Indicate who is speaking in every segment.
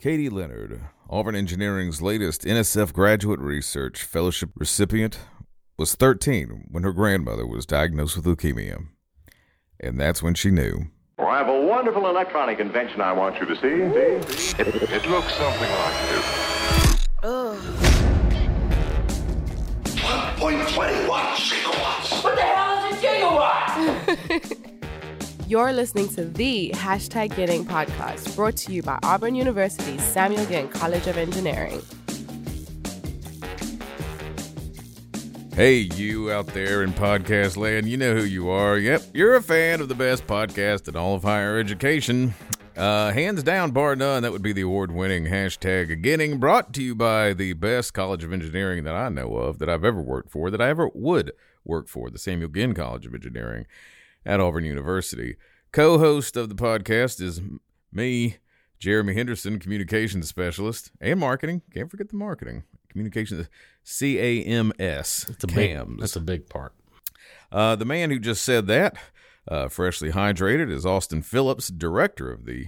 Speaker 1: Katie Leonard, Auburn Engineering's latest NSF Graduate Research Fellowship recipient, was 13 when her grandmother was diagnosed with leukemia. And that's when she knew.
Speaker 2: Well, I have a wonderful electronic invention I want you to see. see?
Speaker 3: It, it looks something like this.
Speaker 4: 1.21 gigawatts.
Speaker 5: What the hell is a gigawatt?
Speaker 6: You're listening to the hashtag Getting podcast, brought to you by Auburn University's Samuel Ginn College of Engineering.
Speaker 1: Hey, you out there in podcast land, you know who you are. Yep, you're a fan of the best podcast in all of higher education. Uh, hands down, bar none, that would be the award winning hashtag Beginning, brought to you by the best college of engineering that I know of, that I've ever worked for, that I ever would work for, the Samuel Ginn College of Engineering at Auburn University. Co host of the podcast is m- me, Jeremy Henderson, communications specialist and marketing. Can't forget the marketing. Communications, C A M S.
Speaker 7: It's a big, that's a big part.
Speaker 1: Uh, the man who just said that, uh, freshly hydrated, is Austin Phillips, director of the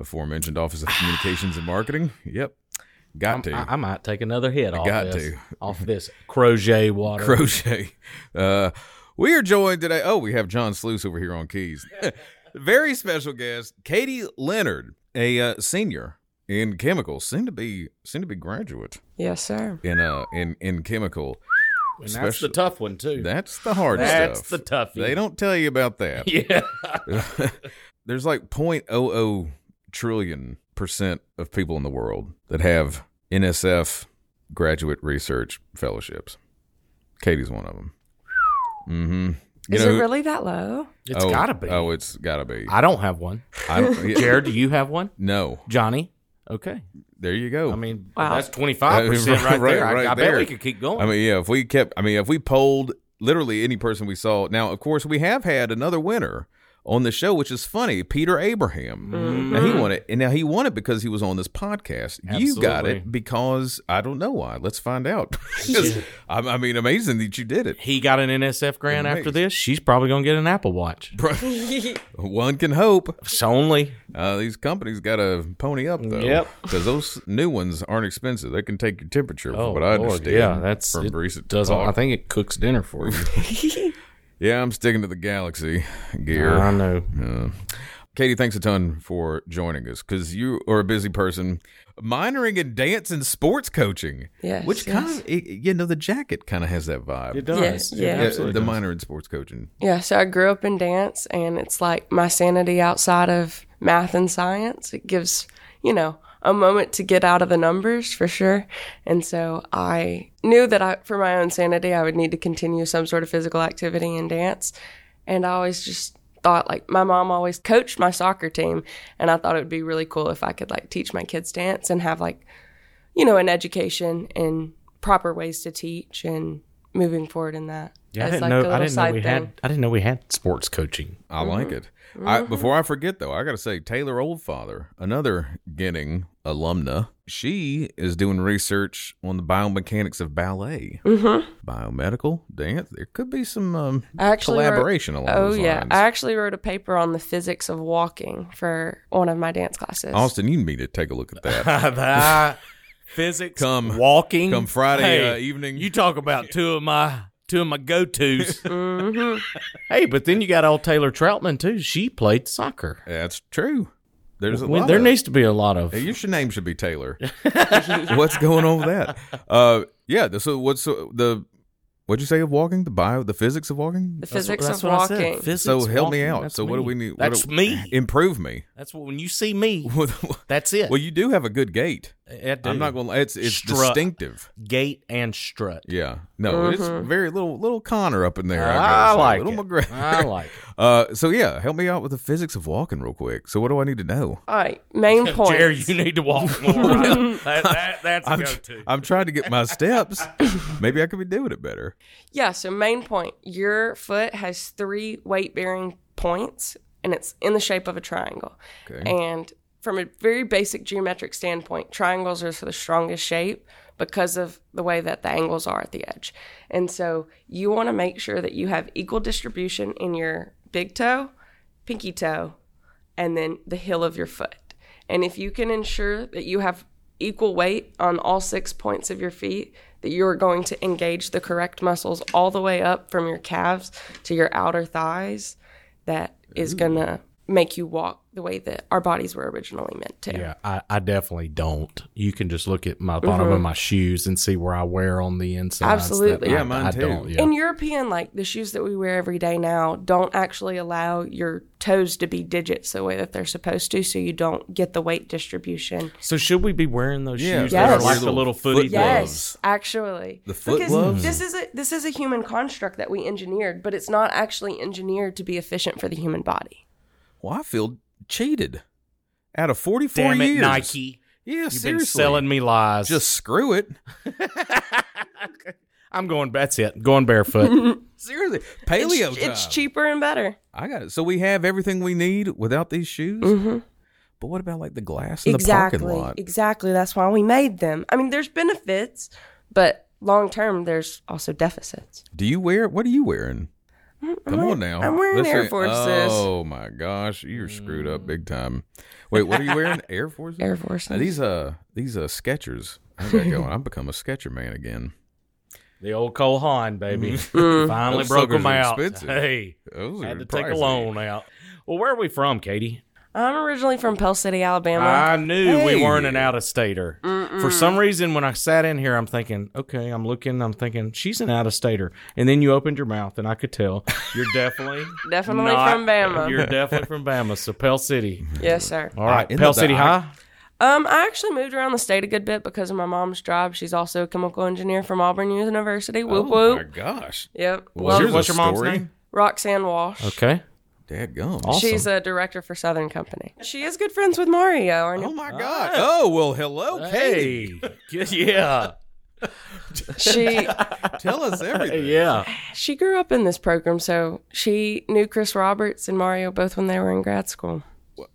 Speaker 1: aforementioned Office of Communications and Marketing. Yep. Got
Speaker 7: I'm-
Speaker 1: to.
Speaker 7: I, I might take another hit off
Speaker 1: got
Speaker 7: this,
Speaker 1: to.
Speaker 7: off this crochet water.
Speaker 1: Crochet. Uh, we are joined today. Oh, we have John Sluice over here on keys. Very special guest, Katie Leonard, a uh, senior in chemicals, soon to be soon to be graduate
Speaker 8: Yes, sir.
Speaker 1: in uh in in chemical.
Speaker 7: and that's
Speaker 1: Special-
Speaker 7: the tough one too.
Speaker 1: That's the hard
Speaker 7: That's
Speaker 1: stuff.
Speaker 7: the toughie.
Speaker 1: They don't tell you about that.
Speaker 7: yeah.
Speaker 1: there's like 0.00 trillion percent of people in the world that have NSF graduate research fellowships. Katie's one of them. Mm-hmm.
Speaker 8: Is it really that low?
Speaker 7: It's
Speaker 1: oh,
Speaker 7: gotta be.
Speaker 1: Oh, it's gotta be.
Speaker 7: I don't have one.
Speaker 1: I don't- yeah.
Speaker 7: Jared, do you have one?
Speaker 1: No,
Speaker 7: Johnny? Okay.
Speaker 1: there you go.
Speaker 7: I mean,
Speaker 8: Wow.
Speaker 7: that's 25% right,
Speaker 1: Uh, Right,
Speaker 7: there. I-
Speaker 1: right
Speaker 7: I,
Speaker 1: there.
Speaker 7: bet we could keep going.
Speaker 1: I mean, yeah. If we kept, I mean, if we polled literally any person we saw. Now, of course, we have had another winner on the show, which is funny. Peter Abraham. Now he won it, and now he won it because he was on this podcast. You got
Speaker 7: Absolutely.
Speaker 1: it because I don't know why. Let's find out. 'Cause, I, I mean, amazing that you did it.
Speaker 7: he got an NSF grant after
Speaker 1: Amazed.
Speaker 7: this. She's probably going to get an Apple Watch.
Speaker 1: One can hope.
Speaker 7: It's only
Speaker 1: Uh, these companies got to pony up though.
Speaker 7: Yep.
Speaker 1: Because those new ones aren't expensive. They can take your temperature, from what I
Speaker 7: Oh, Lord,
Speaker 1: understand.
Speaker 7: Yeah, that's
Speaker 1: from
Speaker 7: it
Speaker 1: recent
Speaker 7: does all-
Speaker 1: talk.
Speaker 7: I think it cooks dinner for you.
Speaker 1: Yeah, I'm sticking to the Galaxy gear.
Speaker 7: I know.
Speaker 1: Yeah. Katie, thanks a ton for joining us because you are a busy person, minoring in dance and sports coaching.
Speaker 8: Yes,
Speaker 1: which kind
Speaker 8: yes.
Speaker 1: of it, you know the jacket kind of has that vibe.
Speaker 7: It
Speaker 8: does.
Speaker 7: does.
Speaker 8: Yeah, yeah.
Speaker 1: Yeah, the minor in sports coaching.
Speaker 8: Yeah, so I grew up in dance, and it's like my sanity outside of math and science. It gives, you know, a moment to get out of the numbers for sure. And so I knew that I, for my own sanity, I would need to continue some sort of physical activity in dance. And I always just thought, like, my mom always coached my soccer team, and I thought it would be really cool if I could, like, teach my kids dance and have, like, you know, an education and proper ways to teach and moving forward in that.
Speaker 7: Yeah, I
Speaker 8: as,
Speaker 7: didn't
Speaker 8: like, a
Speaker 7: know. I
Speaker 8: little
Speaker 7: didn't know
Speaker 8: side
Speaker 7: we
Speaker 8: thing.
Speaker 7: had. I didn't know we had sports coaching.
Speaker 1: I
Speaker 7: Mm-hmm.
Speaker 1: like it. I, before I forget, though, I got to say Taylor Oldfather, another Ginning alumna, she is doing research on the biomechanics of ballet,
Speaker 7: Mm-hmm.
Speaker 1: biomedical dance. There could be some um,
Speaker 8: I actually wrote-
Speaker 1: collaboration along
Speaker 8: Oh
Speaker 1: those
Speaker 8: yeah,
Speaker 1: lines.
Speaker 8: I actually wrote a paper on the physics of walking for one of my dance classes.
Speaker 1: Austin, you need to take a look at that.
Speaker 7: Physics,
Speaker 1: Come-
Speaker 7: walking,
Speaker 1: come Friday, uh, evening.
Speaker 7: You talk about two of my two of my go tos.
Speaker 8: Mm-hmm.
Speaker 7: Hey, but then you got old Taylor Troutman too. She played soccer.
Speaker 1: That's true. There's a
Speaker 7: Well,
Speaker 1: lot
Speaker 7: there
Speaker 1: of-
Speaker 7: needs to be a lot of
Speaker 1: Hey, your name should be Taylor. what's going on with that? Uh, yeah. the- So what's so the what'd you say of walking? The bio, the physics of walking.
Speaker 8: the physics
Speaker 7: That's
Speaker 8: of
Speaker 7: what I said.
Speaker 8: walking.
Speaker 7: Physics,
Speaker 1: so help me
Speaker 7: walking,
Speaker 1: out.
Speaker 7: that's
Speaker 1: So what do
Speaker 7: me.
Speaker 1: we need? what
Speaker 7: That's
Speaker 1: do-
Speaker 7: me.
Speaker 1: Improve me.
Speaker 7: That's what when you see me.
Speaker 1: well,
Speaker 7: That's it.
Speaker 1: you do have a good gait.
Speaker 7: I do.
Speaker 1: I'm not going. to It's it's
Speaker 7: Strut.
Speaker 1: distinctive.
Speaker 7: gait and strut.
Speaker 1: Yeah. No, it's very little little Connor up in there.
Speaker 7: Mm-hmm. I,
Speaker 1: gotta say.
Speaker 7: like
Speaker 1: little
Speaker 7: it.
Speaker 1: McGregor.
Speaker 7: I like it.
Speaker 1: Uh, so yeah, help me out with the physics of walking real quick. So what do I need to know?
Speaker 8: All right, main point.
Speaker 7: Jerry, you need to walk more. that, that, that's a
Speaker 1: I'm,
Speaker 7: go-to.
Speaker 1: I'm trying to get my steps. Maybe I could be doing it better.
Speaker 8: Yeah, so main point. Your foot has three weight bearing points and it's in the shape of a triangle. And from a very basic geometric standpoint, triangles are the strongest shape because of the way that the angles are at the edge. And so you want to make sure that you have equal distribution in your big toe, pinky toe, and then the heel of your foot. And if you can ensure that you have equal weight on all six points of your feet, that you are going to engage the correct muscles all the way up from your calves to your outer thighs, that is going to make you walk the way that our bodies were originally meant to.
Speaker 7: Yeah, I, I definitely don't. You can just look at my bottom of my shoes and see where I wear on the inside.
Speaker 8: Mm-hmm. Absolutely. Yeah,
Speaker 7: I,
Speaker 1: mine
Speaker 7: I
Speaker 1: too.
Speaker 7: Don't, yeah.
Speaker 8: In European, like the shoes that we wear every day now, don't actually allow your toes to be digits the way that they're supposed to, so you don't get the weight distribution.
Speaker 7: so should we be wearing those
Speaker 1: Yeah,
Speaker 7: shoes
Speaker 8: Yes.
Speaker 7: that are like the
Speaker 8: Your
Speaker 1: little
Speaker 7: little
Speaker 1: foot
Speaker 7: footy
Speaker 1: gloves.
Speaker 7: gloves?
Speaker 8: Yes, actually,
Speaker 1: The foot
Speaker 8: because
Speaker 1: gloves?
Speaker 8: this is a this is a human construct that we engineered, but it's not actually engineered to be efficient for the human body.
Speaker 1: Well, I feel cheated. Out of 44
Speaker 7: Damn it,
Speaker 1: years.
Speaker 7: Nike!
Speaker 1: Yeah,
Speaker 7: You've
Speaker 1: seriously.
Speaker 7: been selling me lies.
Speaker 1: Just screw it.
Speaker 7: I'm going. That's it. Going barefoot.
Speaker 1: Seriously.
Speaker 8: It's,
Speaker 1: Paleo time.
Speaker 8: it's cheaper and better.
Speaker 1: I got it. So we have everything we need without these shoes. But what about like the glass in
Speaker 8: Mm-hmm. exactly,
Speaker 1: the parking lot?
Speaker 8: exactly. That's why we made them. I mean, there's benefits, but long term, there's also deficits. Mm,
Speaker 1: Do you wear? What are you wearing? Come on now.
Speaker 8: I'm wearing Air
Speaker 1: ain't-
Speaker 8: Forces.
Speaker 1: Oh my gosh, you're screwed up big time. Wait, what are you wearing? Air Forces.
Speaker 8: Air Force.
Speaker 1: Now, these uh these uh Skechers. I got going. I've become a Sketcher man again.
Speaker 7: the old Cole Haan, baby. Finally
Speaker 1: Mm-hmm. Those
Speaker 7: broke
Speaker 1: suckers
Speaker 7: them
Speaker 1: are
Speaker 7: out.
Speaker 1: expensive.
Speaker 7: Hey,
Speaker 1: Those
Speaker 7: had
Speaker 1: are
Speaker 7: to take a
Speaker 1: pricey.
Speaker 7: loan out. Well, where are we from, Katie?
Speaker 8: I'm originally from Pell City, Alabama.
Speaker 7: I knew
Speaker 1: Hey.
Speaker 7: we weren't an out of stater. For some reason, when I sat in here, I'm thinking, okay, I'm looking, I'm thinking, she's an out of stater. And then you opened your mouth, and I could tell you're definitely,
Speaker 8: Definitely
Speaker 7: not-
Speaker 8: from Bama.
Speaker 7: You're definitely from Bama. So Pell City.
Speaker 8: yes, sir.
Speaker 7: All right,
Speaker 1: Mm-hmm. I-
Speaker 7: Pell City
Speaker 1: I-
Speaker 7: High.
Speaker 8: Um, I actually moved around the state a good bit because of my mom's job. She's also a chemical engineer from Auburn University. Whoop
Speaker 1: Oh my
Speaker 8: whoop.
Speaker 1: gosh.
Speaker 8: Yep.
Speaker 1: Well,
Speaker 8: Love
Speaker 1: here's
Speaker 7: What's
Speaker 1: a
Speaker 7: your mom's
Speaker 1: story.
Speaker 7: name?
Speaker 8: Roxanne Walsh.
Speaker 7: Okay.
Speaker 1: Dad gum.
Speaker 8: She's a director for Southern Company. She is good friends with Mario. Our new-
Speaker 1: Oh my god. Oh well. Hello, Katie.
Speaker 7: Hey. yeah. Oh.
Speaker 8: She
Speaker 1: Tell us everything.
Speaker 7: Yeah.
Speaker 8: she grew up in this program, so she knew Chris Roberts and Mario both when they were in grad school.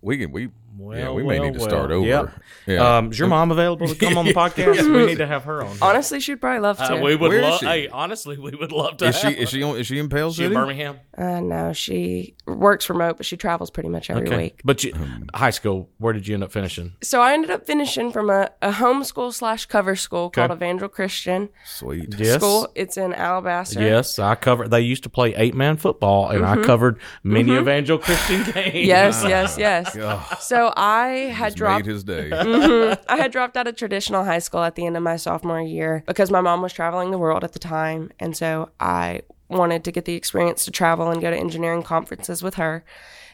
Speaker 1: We can. We. yeah.
Speaker 7: Well,
Speaker 1: We may
Speaker 7: well,
Speaker 1: need to
Speaker 7: well.
Speaker 1: start over.
Speaker 7: Yep.
Speaker 1: Yeah.
Speaker 7: Um, is your mom available to come on the podcast? we need to have her on.
Speaker 8: Honestly, she'd probably love to.
Speaker 7: Uh, we would
Speaker 1: Where is
Speaker 7: love.
Speaker 1: she?
Speaker 7: Hey, honestly, we would love to.
Speaker 1: is she?
Speaker 7: have her.
Speaker 1: Is she? On, is she in Pale
Speaker 7: She in
Speaker 1: City?
Speaker 7: Birmingham?
Speaker 8: uh, no, she works remote, but she travels pretty much every week.
Speaker 7: But you,
Speaker 1: Um,
Speaker 7: high school, where did you end up finishing?
Speaker 8: So I ended up finishing from a, a homeschool slash cover school called Evangel Christian
Speaker 1: Sweet.
Speaker 7: Yes.
Speaker 8: School. It's in Alabaster.
Speaker 7: Yes, I covered. They used to play eight man football, and
Speaker 1: Mm-hmm.
Speaker 7: I covered many Evangel Christian games.
Speaker 8: Yes, yes, yes.
Speaker 1: Oh,
Speaker 8: So I had
Speaker 1: made
Speaker 8: dropped
Speaker 1: his day.
Speaker 8: I had dropped out of traditional high school at the end of my sophomore year because my mom was traveling the world at the time. And so I wanted to get the experience to travel and go to engineering conferences with her.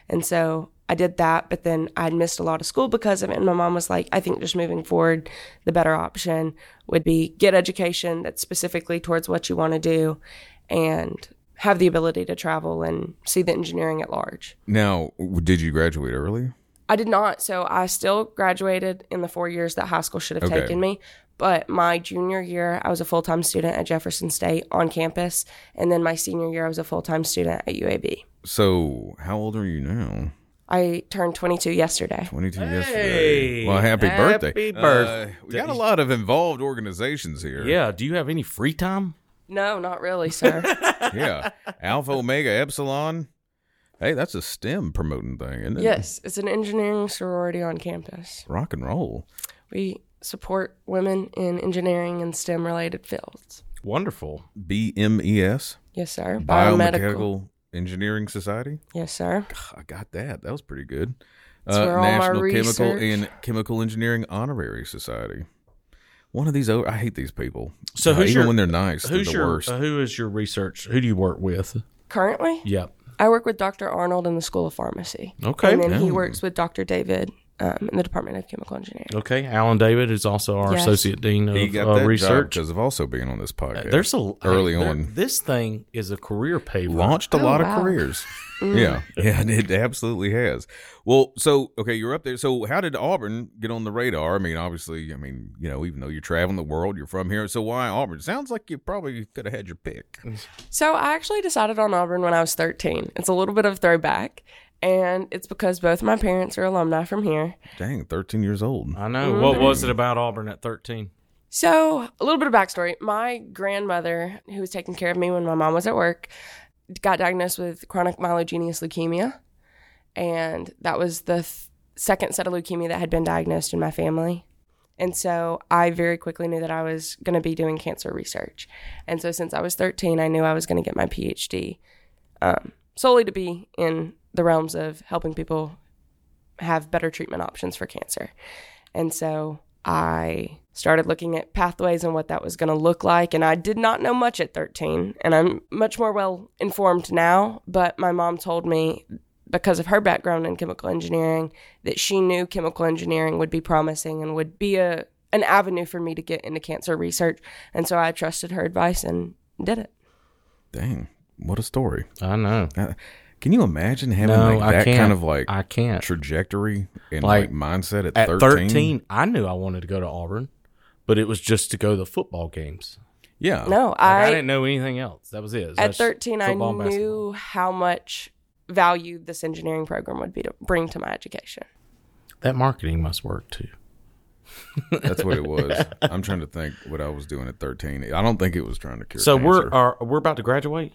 Speaker 8: And so I did that, but then I'd missed a lot of school because of it. And my mom was like, I think just moving forward, the better option would be get education that's specifically towards what you want to do and have the ability to travel and see the engineering at large.
Speaker 1: Now, w- did you graduate early?
Speaker 8: I did not. So I still graduated in the four years that high school should have
Speaker 1: Okay.
Speaker 8: taken me. But my junior year, I was a full time student at Jefferson State on campus. And then my senior year, I was a full time student at UAB.
Speaker 1: So, how old are you now?
Speaker 8: I turned 22 yesterday.
Speaker 1: 22 yesterday. Well, happy,
Speaker 7: Happy
Speaker 1: birthday.
Speaker 7: birthday.
Speaker 1: Uh, we got a lot of involved organizations here.
Speaker 7: Yeah. Do you have any free time?
Speaker 8: No, not really, sir.
Speaker 1: Yeah. Alpha, Omega, Epsilon. Hey, that's a STEM promoting thing, isn't it?
Speaker 8: yes, it's an engineering sorority on campus.
Speaker 1: Rock and roll.
Speaker 8: We support women in engineering and STEM related fields.
Speaker 7: Wonderful.
Speaker 1: BMES,
Speaker 8: Yes, sir.
Speaker 1: Biomechanical E Engineering Society.
Speaker 8: Yes, sir.
Speaker 1: I got that. That was pretty good. Uh,
Speaker 8: That's where all my
Speaker 1: National Chemical
Speaker 8: research-
Speaker 1: and Chemical Engineering Honorary Society. One of these, o- I hate these people.
Speaker 7: So
Speaker 1: Uh,
Speaker 7: who's
Speaker 1: even
Speaker 7: your-
Speaker 1: when they're nice,
Speaker 7: Who's
Speaker 1: they're the
Speaker 7: your
Speaker 1: worst.
Speaker 7: uh, Who is your research? Who do you work with?
Speaker 8: Currently,
Speaker 7: Yep.
Speaker 8: I work with Dr. Arnold in the School of Pharmacy.
Speaker 7: Okay.
Speaker 8: And then he
Speaker 1: Oh.
Speaker 8: works with Dr. David um, in the Department of Chemical Engineering.
Speaker 7: Okay. Alan David is also our
Speaker 8: Yes.
Speaker 7: associate dean
Speaker 1: he
Speaker 7: of
Speaker 1: got
Speaker 7: uh,
Speaker 1: that
Speaker 7: research.
Speaker 1: because of also being on this podcast.
Speaker 7: Uh, There's a
Speaker 1: early
Speaker 7: there-
Speaker 1: on
Speaker 7: This thing is a career paper.
Speaker 1: launched a lot
Speaker 8: wow.
Speaker 1: of careers.
Speaker 7: Mm.
Speaker 1: Yeah, yeah, it absolutely has. Well, so okay, you're up there. So how did Auburn get on the radar? I mean, obviously, I mean, you know, even though you're traveling the world, you're from here. So why Auburn? Sounds like you probably could have had your pick.
Speaker 7: Mm.
Speaker 8: So I actually decided on Auburn when I was 13. It's a little bit of a throwback, and it's because both my parents are alumni from here.
Speaker 1: Dang, 13 years old.
Speaker 7: I know. What
Speaker 1: Mm-hmm.
Speaker 7: was it about Auburn at 13?
Speaker 8: So, a little bit of backstory. My grandmother, who was taking care of me when my mom was at work, got diagnosed with chronic myelogenous leukemia. And that was the th- second set of leukemia that had been diagnosed in my family. And so I very quickly knew that I was going to be doing cancer research. And so since I was 13, I knew I was going to get my PhD um, solely to be in the realms of helping people have better treatment options for cancer. And so I started looking at pathways and what that was going to look like. And I did not know much at 13. And I'm much more well informed now. But my mom told me, because of her background in chemical engineering, that she knew chemical engineering would be promising and would be a an avenue for me to get into cancer research. And so I trusted her advice and did it.
Speaker 1: Dang, what a story!
Speaker 7: I know.
Speaker 1: Can you imagine having
Speaker 7: No,
Speaker 1: like,
Speaker 7: I
Speaker 1: that
Speaker 7: can't.
Speaker 1: kind of like
Speaker 7: I can't.
Speaker 1: trajectory and like,
Speaker 7: Like,
Speaker 1: mindset at,
Speaker 7: At
Speaker 1: 13?
Speaker 7: 13, I knew I wanted to go to Auburn, but it was just to go to the football games.
Speaker 1: Yeah.
Speaker 8: No,
Speaker 7: Like, Oh, I,
Speaker 8: I,
Speaker 7: didn't know anything else. That was it. It was
Speaker 8: at
Speaker 7: just
Speaker 8: 13 i
Speaker 7: football and basketball.
Speaker 8: knew how much value this engineering program would be to bring to my education
Speaker 7: that marketing must work too.
Speaker 1: That's what it was. I'm trying to think what I was doing at 13. I don't think it was trying to cure.
Speaker 7: So we're
Speaker 1: cancer.
Speaker 7: are, we're about to graduate,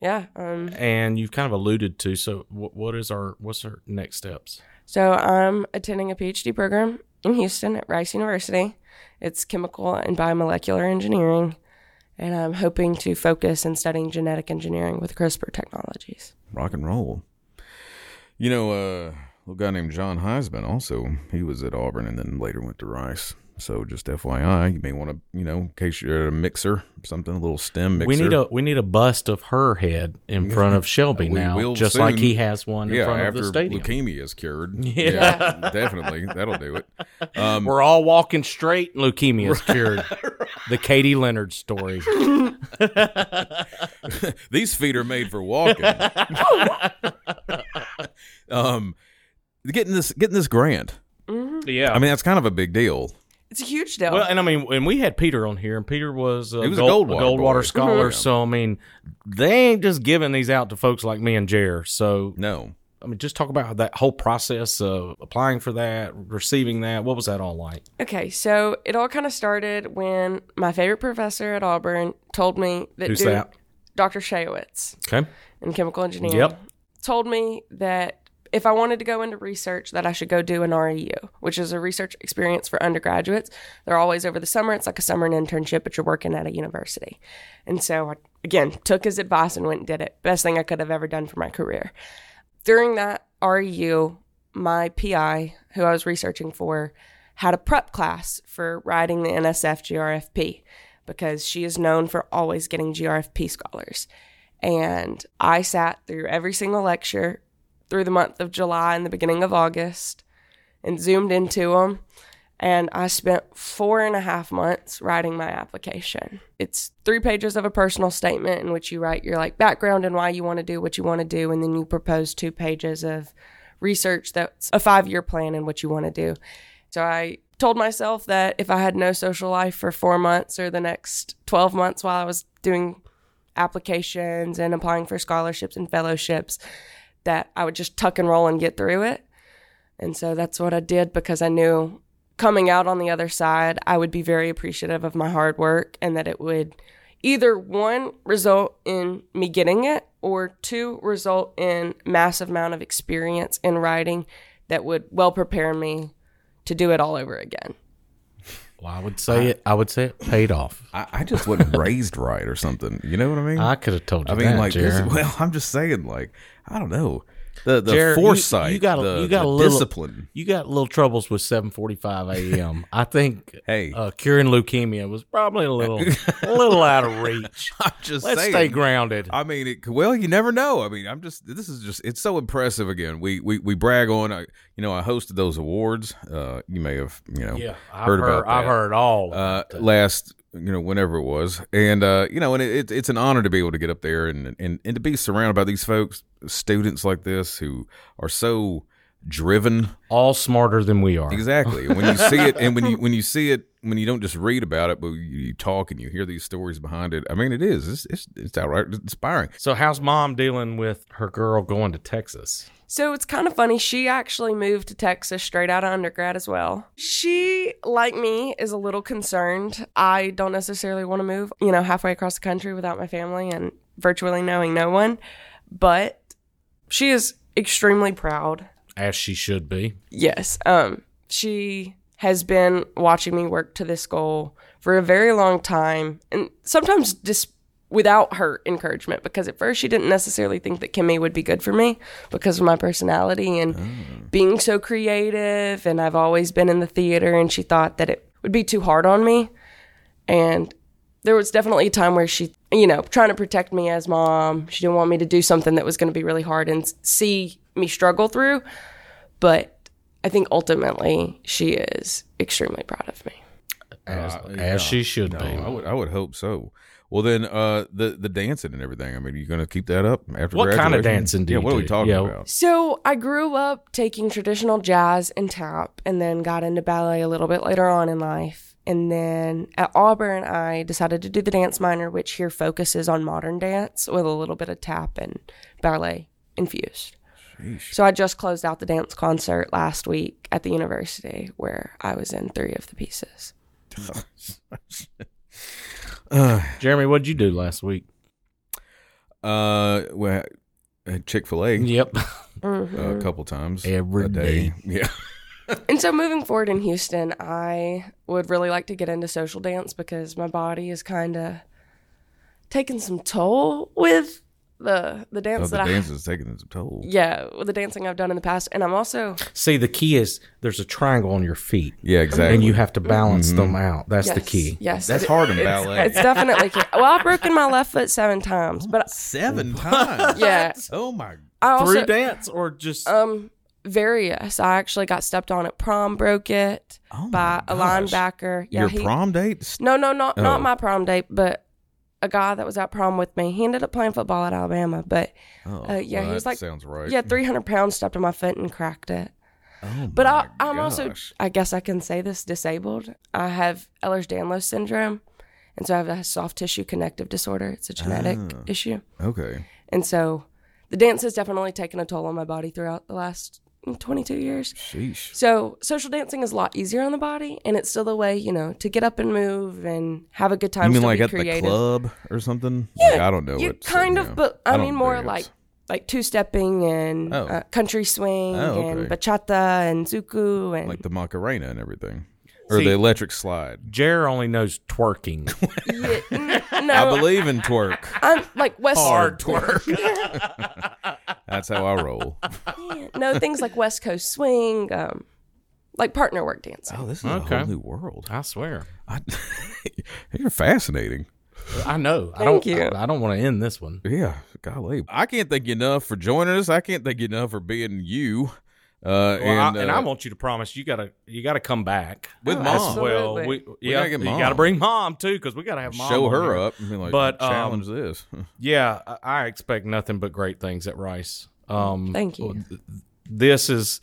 Speaker 8: yeah um,
Speaker 7: and you've kind of alluded to. So what, what is our what's our next steps?
Speaker 8: so i'm attending a phd program in houston at rice university it's chemical and biomolecular engineering and i'm hoping to focus in studying genetic engineering with crispr technologies
Speaker 1: rock and roll. You know, uh, a little guy named John Heisman. Also, he was at Auburn and then later went to Rice. So just FYI, you may want to, you know, in case you're a mixer, something a little stem mixer.
Speaker 7: We need a we need a bust of her head in front of Shelby
Speaker 1: We will
Speaker 7: now, just
Speaker 1: soon.
Speaker 7: like he has one in
Speaker 1: yeah,
Speaker 7: front of
Speaker 1: after
Speaker 7: the stadium.
Speaker 1: leukemia is cured.
Speaker 7: Yeah.
Speaker 1: definitely, that'll do it. Um,
Speaker 7: We're all walking straight, and leukemia is cured. The Katie Leonard story.
Speaker 1: These feet are made for walking. um, getting this getting this grant.
Speaker 7: yeah,
Speaker 1: I mean, that's kind of a big deal.
Speaker 8: it's a huge deal
Speaker 7: Well, and I mean, and we had Peter on here, and Peter was a,
Speaker 1: He was a
Speaker 7: Gold,
Speaker 1: Goldwater
Speaker 7: a Goldwater
Speaker 1: boy.
Speaker 7: scholar.
Speaker 1: Mhm.
Speaker 7: So I mean, they ain't just giving these out to folks like me and Jer. So
Speaker 1: No,
Speaker 7: I mean, just talk about that whole process of applying for that, receiving that. What was that all like?
Speaker 8: okay so it all kind of started when my favorite professor at auburn told me that,
Speaker 7: Who's
Speaker 8: dude-
Speaker 7: that?
Speaker 8: dr shewitz
Speaker 7: Okay,
Speaker 8: in chemical engineering
Speaker 7: Yep.
Speaker 8: told me that if I wanted to go into research that I should go do an REU, which is a research experience for undergraduates. They're always over the summer. It's like a summer internship, but you're working at a university. And so I again took his advice and went and did it. Best thing I could have ever done for my career. During that REU, my PI, who I was researching for, had a prep class for writing the NSF GRFP because she is known for always getting GRFP scholars. And I sat through every single lecture through the month of July and the beginning of August and zoomed into them. And I spent four and a half months writing my application. It's three pages of a personal statement in which you write your like background and why you want to do what you want to do. And then you propose two pages of research that's a five year plan and what you want to do. So I told myself that if I had no social life for four months or the next 12 months while I was doing applications and applying for scholarships and fellowships that I would just tuck and roll and get through it. And so that's what I did because I knew coming out on the other side, I would be very appreciative of my hard work and that it would either one result in me getting it or two result in massive amount of experience in writing that would well prepare me to do it all over again.
Speaker 7: well, I would say it. I would say it paid off.
Speaker 1: I, I just wasn't raised right or something. You know what I mean?
Speaker 7: I could have told you
Speaker 1: I mean,
Speaker 7: that,
Speaker 1: like,
Speaker 7: Jer.
Speaker 1: this, well, I'm just saying, like, I don't know. The the
Speaker 7: Jer, you-
Speaker 1: foresight,
Speaker 7: You got a,
Speaker 1: the,
Speaker 7: you got
Speaker 1: the
Speaker 7: a little
Speaker 1: discipline.
Speaker 7: You got little troubles with 7:45 a.m. I think
Speaker 1: Hey.
Speaker 7: uh, curing leukemia was probably a little a little out of reach.
Speaker 1: I'm just
Speaker 7: Let's
Speaker 1: saying.
Speaker 7: stay grounded.
Speaker 1: I mean, it, well, you never know. I mean, I'm just this is just it's so impressive. Again, we we, we brag on. I, you know, I hosted those awards. Uh, you may have you know
Speaker 7: yeah, I've
Speaker 1: heard
Speaker 7: heard,
Speaker 1: about
Speaker 7: I've
Speaker 1: that.
Speaker 7: heard all.
Speaker 1: uh, last you know whenever it was and uh you know and it, it's it's an honor to be able to get up there and, and and to be surrounded by these folks students like this who are so driven
Speaker 7: all smarter than we are.
Speaker 1: exactly when you see it and when you when you see it when you don't just read about it but you, you talk and you hear these stories behind it i mean it is it's it's, it's outright inspiring
Speaker 7: So how's mom dealing with her girl going to Texas?
Speaker 8: So it's kind of funny. She actually moved to Texas straight out of undergrad as well. She, like me, is a little concerned. I don't necessarily want to move, you know, halfway across the country without my family and virtually knowing no one. But she is extremely proud
Speaker 7: as she should be.
Speaker 8: Yes. Um, she has been watching me work to this goal for a very long time, and sometimes just without her encouragement, because at first she didn't necessarily think that Kimmy would be good for me because of my personality and being so creative. And I've always been in the theater, and she thought that it would be too hard on me. And there was definitely a time where she, you know, trying to protect me as mom. She didn't want me to do something that was going to be really hard and s- see me struggle through but I think ultimately she is extremely proud of me.
Speaker 7: As, as
Speaker 1: Uh, yeah.
Speaker 7: she should
Speaker 1: No,
Speaker 7: be.
Speaker 1: I would I would hope so. Well then, uh, the the dancing and everything. I mean, are you going to keep that up after
Speaker 7: What kind
Speaker 1: graduation?
Speaker 7: of dancing do
Speaker 1: yeah,
Speaker 7: you
Speaker 1: what are we
Speaker 7: do?
Speaker 1: talking
Speaker 7: Yeah.
Speaker 1: about?
Speaker 8: So I grew up taking traditional jazz and tap, and then got into ballet a little bit later on in life. And then at Auburn, I decided to do the dance minor, which here focuses on modern dance with a little bit of tap and ballet infused. So I just closed out the dance concert last week at the university where I was in three of the pieces.
Speaker 7: Jeremy, what did you do last week?
Speaker 1: Uh, well, Chick Fil A
Speaker 7: Yep.
Speaker 1: a couple times
Speaker 7: Every
Speaker 1: a day.
Speaker 7: day.
Speaker 1: Yeah.
Speaker 8: And so moving forward in Houston, I would really like to get into social dance because my body is kind of taking some toll with the
Speaker 1: Oh,
Speaker 8: the dance
Speaker 1: the
Speaker 8: that
Speaker 1: dance
Speaker 8: I
Speaker 1: is taking its toll.
Speaker 8: yeah, with the dancing I've done in the past, and I'm also
Speaker 7: See, the key is there's a triangle on your feet,
Speaker 1: Yeah, exactly. Mm-hmm.
Speaker 7: and you have to balance them out. That's the
Speaker 8: yes,
Speaker 7: key.
Speaker 8: Yes,
Speaker 1: That's
Speaker 8: it-
Speaker 1: hard in
Speaker 8: it's-
Speaker 1: ballet.
Speaker 8: It's definitely key. well, I've broken my left foot seven times, but
Speaker 1: Seven times.
Speaker 8: yeah,
Speaker 1: Oh my.
Speaker 8: I also
Speaker 7: Through dance or just
Speaker 8: um various. I actually got stepped on at prom, broke it
Speaker 1: Oh
Speaker 8: by
Speaker 1: my
Speaker 8: a
Speaker 1: gosh.
Speaker 8: linebacker. Yeah,
Speaker 1: Your
Speaker 8: he-
Speaker 1: prom date?
Speaker 8: No, no, not
Speaker 1: Oh.
Speaker 8: not my prom date, but a guy that was at prom with me. He ended up playing football at Alabama, but
Speaker 1: Oh,
Speaker 8: Uh, yeah,
Speaker 1: well,
Speaker 8: he was
Speaker 1: that
Speaker 8: like-
Speaker 1: sounds right.
Speaker 8: yeah, three hundred pounds stepped on my foot and cracked it.
Speaker 1: Oh
Speaker 8: But I,
Speaker 1: my
Speaker 8: I'm also,
Speaker 1: gosh.
Speaker 8: I guess I can say this, disabled. I have Ehlers-Danlos syndrome, and so I have a soft tissue connective disorder. It's a genetic
Speaker 1: Ah.
Speaker 8: issue,
Speaker 1: okay.
Speaker 8: and so the dance has definitely taken a toll on my body throughout the last 22 years.
Speaker 1: Sheesh.
Speaker 8: So social dancing is a lot easier on the body, and it's still the way you know to get up and move and have a good time.
Speaker 1: You mean
Speaker 8: still
Speaker 1: like
Speaker 8: be
Speaker 1: at
Speaker 8: creative.
Speaker 1: the club or something? Yeah, like, I don't uh, know.
Speaker 8: You
Speaker 1: what-
Speaker 8: kind
Speaker 1: yeah.
Speaker 8: of, but I,
Speaker 1: don't
Speaker 8: mean more
Speaker 1: dance.
Speaker 8: like like two stepping and
Speaker 1: Oh.
Speaker 8: uh, country swing
Speaker 1: Oh,
Speaker 8: and
Speaker 1: okay.
Speaker 8: bachata and zuku and
Speaker 1: like the Macarena and everything, or
Speaker 7: See-
Speaker 1: the electric slide.
Speaker 7: Jer only knows twerking.
Speaker 8: Yeah, n-
Speaker 1: I
Speaker 8: no,
Speaker 1: believe in twerk.
Speaker 8: I'm like West
Speaker 7: twerk.
Speaker 1: That's how I roll.
Speaker 8: no things like West Coast swing, um, like partner work dancing.
Speaker 1: Oh, this is
Speaker 7: Okay.
Speaker 1: a whole new world.
Speaker 7: I swear.
Speaker 1: I, you're fascinating.
Speaker 7: I know. I
Speaker 8: Thank
Speaker 7: don't
Speaker 8: you.
Speaker 7: I, I don't want to end this one.
Speaker 1: Yeah, golly. I can't thank you enough for joining us. I can't thank you enough for being you. Uh,
Speaker 7: Well, I- and, I,
Speaker 1: uh,
Speaker 7: want you to promise you gotta you gotta come back
Speaker 1: with
Speaker 8: Oh,
Speaker 1: mom.
Speaker 7: as well.
Speaker 8: Absolutely.
Speaker 7: We,
Speaker 1: We
Speaker 7: yeah,
Speaker 1: gotta get
Speaker 7: you
Speaker 1: mom.
Speaker 7: gotta bring mom too because we gotta have mom
Speaker 1: Show
Speaker 7: on
Speaker 1: her
Speaker 7: here.
Speaker 1: up. and be like,
Speaker 7: But, um,
Speaker 1: challenge this.
Speaker 7: Yeah, I, I expect nothing but great things at Rice. Um,
Speaker 8: Thank you.
Speaker 7: this is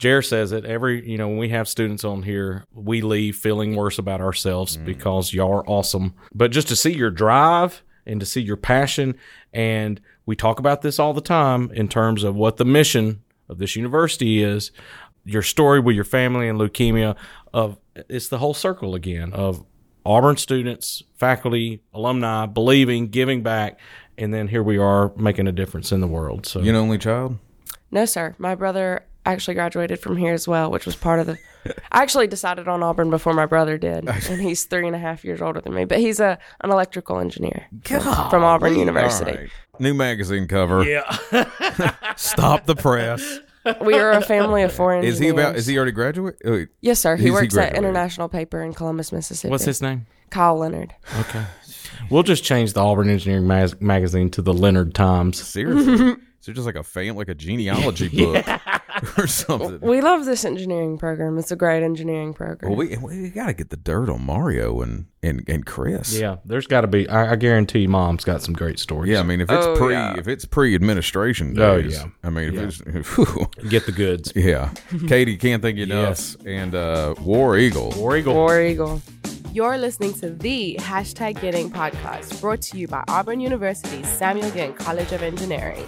Speaker 7: Jer says it every you know when we have students on here we leave feeling worse about ourselves because y'all are awesome but just to see your drive and to see your passion and we talk about this all the time in terms of what the mission of this university is your story with your family and leukemia of it's the whole circle again of Auburn students, faculty, alumni believing, giving back, and then here we are making a difference in the world. So
Speaker 1: you an only child?
Speaker 8: No, sir, my brother actually graduated from here as well, which was part of the. I actually decided on Auburn before my brother did, and he's three and a half years older than me. But he's a an electrical engineer from, from Auburn University.
Speaker 1: All right. New magazine cover. Yeah. Stop the press.
Speaker 8: We are a family of four engineers.
Speaker 1: Is he about? Is he already graduate? Oh, wait.
Speaker 8: Yes, sir.
Speaker 1: Is
Speaker 8: He
Speaker 1: he
Speaker 8: works at
Speaker 1: graduated?
Speaker 8: International Paper in Columbus, Mississippi.
Speaker 7: what's his name?
Speaker 8: Kyle Leonard.
Speaker 7: We'll just change the Auburn Engineering Mag- magazine to the Leonard Times.
Speaker 1: Seriously, is it just like a fame, like a genealogy book or something?
Speaker 8: We love this engineering program. It's a great engineering program.
Speaker 1: Well, we we gotta get the dirt on Mario and and and Chris.
Speaker 7: Yeah, there's got to be. I, I guarantee, Mom's got some great stories.
Speaker 1: Yeah, I mean if it's
Speaker 8: Oh,
Speaker 1: pre
Speaker 8: yeah.
Speaker 1: if it's pre administration
Speaker 7: Oh,
Speaker 1: days.
Speaker 7: yeah.
Speaker 1: I mean if it's
Speaker 7: get the goods.
Speaker 1: yeah. Katie can't thank you enough
Speaker 7: Yes.
Speaker 1: and uh, War Eagle.
Speaker 7: War Eagle.
Speaker 8: War Eagle.
Speaker 6: You're listening to the hashtag Getting Podcast, brought to you by Auburn University's Samuel Ginn College of Engineering.